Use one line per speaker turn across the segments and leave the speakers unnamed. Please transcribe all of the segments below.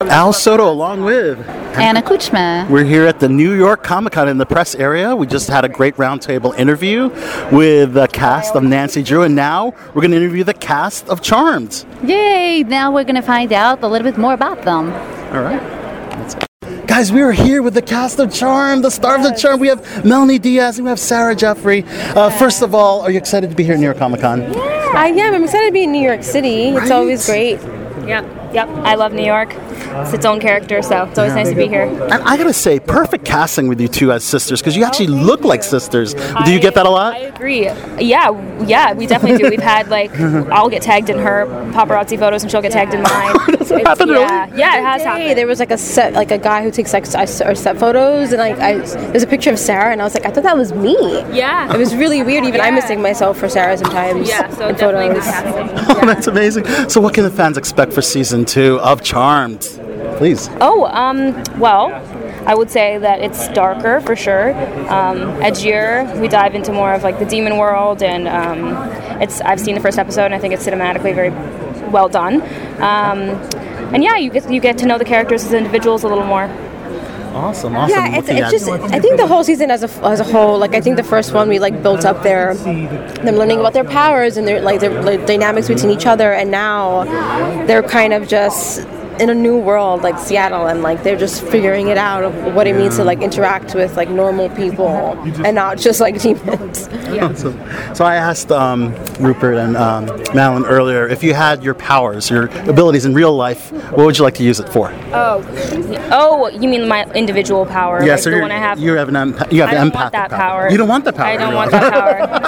Al Soto along with.
Anna Kuchma.
We're here at the New York Comic Con in the press area. We just had a great roundtable interview with the cast of Nancy Drew, and now we're going to interview the cast of Charmed.
Yay! Now we're going to find out a little bit more about them.
All right. That's it. Guys, we are here with the cast of Charm, the star of the Charm. We have Melanie Diaz and we have Sarah Jeffrey. Uh, first of all, are you excited to be here in New York Comic Con?
I am. I'm excited to be in New York City. It's always great.
Yep, yep. I love New York. It's its own character, so it's always nice to be here.
And I gotta say, perfect casting with you two as sisters because you actually look like sisters. Do you get that a lot?
I agree. Yeah, yeah, we definitely do. We've had like I'll get tagged in her paparazzi photos, and she'll get tagged in mine. It's-
happened, really?
yeah, yeah, it has
Hey,
happened.
there was like a set, like a guy who takes like s- or set photos, and like I, there's a picture of Sarah, and I was like, I thought that was me.
Yeah.
It was really weird. Even I'm
Yeah.
missing myself for Sarah sometimes.
Yeah, so
in
definitely good
photos.
casting.
Oh, that's amazing. So, what can the fans expect for season two of Charmed? Please.
Oh, um, well, I would say that it's darker for sure, um, edgier. We dive into more of like the demon world, and um, it's. I've seen the first episode, and I think it's cinematically very well done. Um, and yeah, you get you get to know the characters as individuals a little more.
Awesome, awesome.
Yeah, it's,
Looking
it's
at-
just. I think the whole season as a as a whole, like I think the first one we like built up their, them learning about their powers and their like their like, dynamics between each other, and now they're kind of just in a new world like Seattle, and like they're just figuring it out of what it means to like interact with like normal people and not just like demons.
Awesome. So I asked um, Rupert and um, Madeline earlier if you had your powers, your abilities in real life, what would you like to use it for?
Oh, you mean my individual power? like
so
the
you're-
one I have.
you have an empath. You have
I
the
don't
empathic
want that power.
You don't want the power.
I don't
you
want
know.
that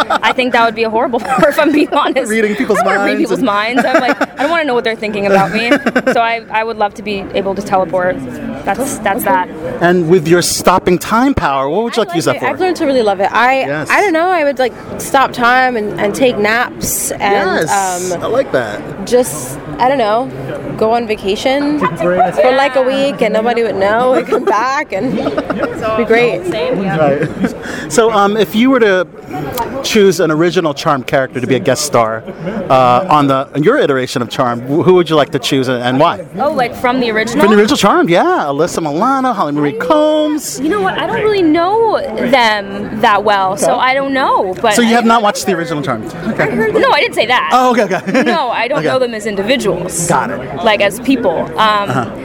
power. I think that would be a horrible power if I'm being honest.
Reading people's
I don't wanna
minds
Read people's
and-
minds. I'm like, I don't want to know what they're thinking about me. So I, I would love to be able to teleport. That's that's that.
and with your stopping time power, what would you like, to use that
it. I've
for?
learned to really love it. I
Yes.
I don't know. I would like stop time and, and take naps and
yes,
um,
I like that.
just I don't know, go on vacation for like a week and nobody would know and come back and be great.
Same. Yeah.
So, um, if you were to choose an original Charm character to be a guest star uh, on the on your iteration of Charm, wh- who would you like to choose and, and why?
Oh, like from the original.
From the original Charmed, yeah. Alyssa Milano, Holly Marie Combs.
you know what? I don't really know them that well, so I don't know. But
So you
I-
have not watched the original Charmed? Okay.
No, I didn't say that.
Oh, okay, okay.
no, I don't
Okay.
know them as individuals.
Got it.
Like as people. Um,
Uh-huh.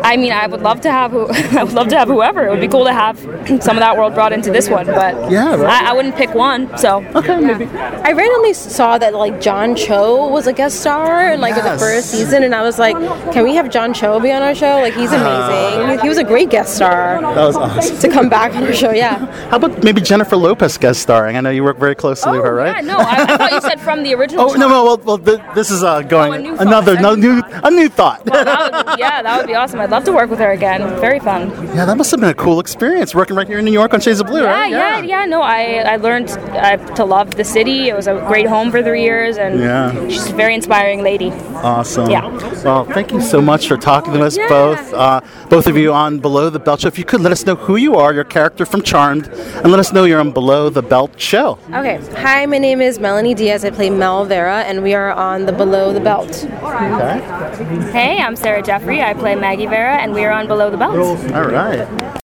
I mean, I would love to have who, I would love to have whoever. It would be cool to have some of that world brought into this one, but
Yeah, right.
I, I wouldn't pick one. So
Okay, maybe.
I randomly saw that like John Cho was a guest star like in
Yes.
the first season and I was like, can we have John Cho be on our show? Like he's amazing. He was a great guest star
That was awesome.
to come back on our show. Yeah.
How about maybe Jennifer Lopez guest starring? I know you work very closely with her, right?
Oh, yeah, no, I, I thought you said from the original.
Oh no,
Charmed.
no. Well, well th- this is uh, going
Oh, a new thought,
another
a
no,
new
new
thought.
a new thought.
That would, yeah, that would be awesome. I'd love to work with her again. Very fun.
yeah, that must have been a cool experience working right here in New York on Shades of Blue,
Yeah,
right?
yeah, yeah. No, I, I learned uh, to love the city. It was a great home for three years, and
Yeah.
she's a very inspiring lady.
Awesome.
Yeah.
Well, thank you so much for talking to us
Yeah.
both, uh, both of you on Below the Belt Show. If you could let us know who you are, your character from Charmed, and let us know you're on Below the Belt Show.
Okay. Hi, my name is Melanie Diaz. I play Mel Vera and we are on the Below the Belt.
Okay.
Hey, I'm Sarah Jeffrey. I play Maggie Vera, and we are on Below the Belt.
All right.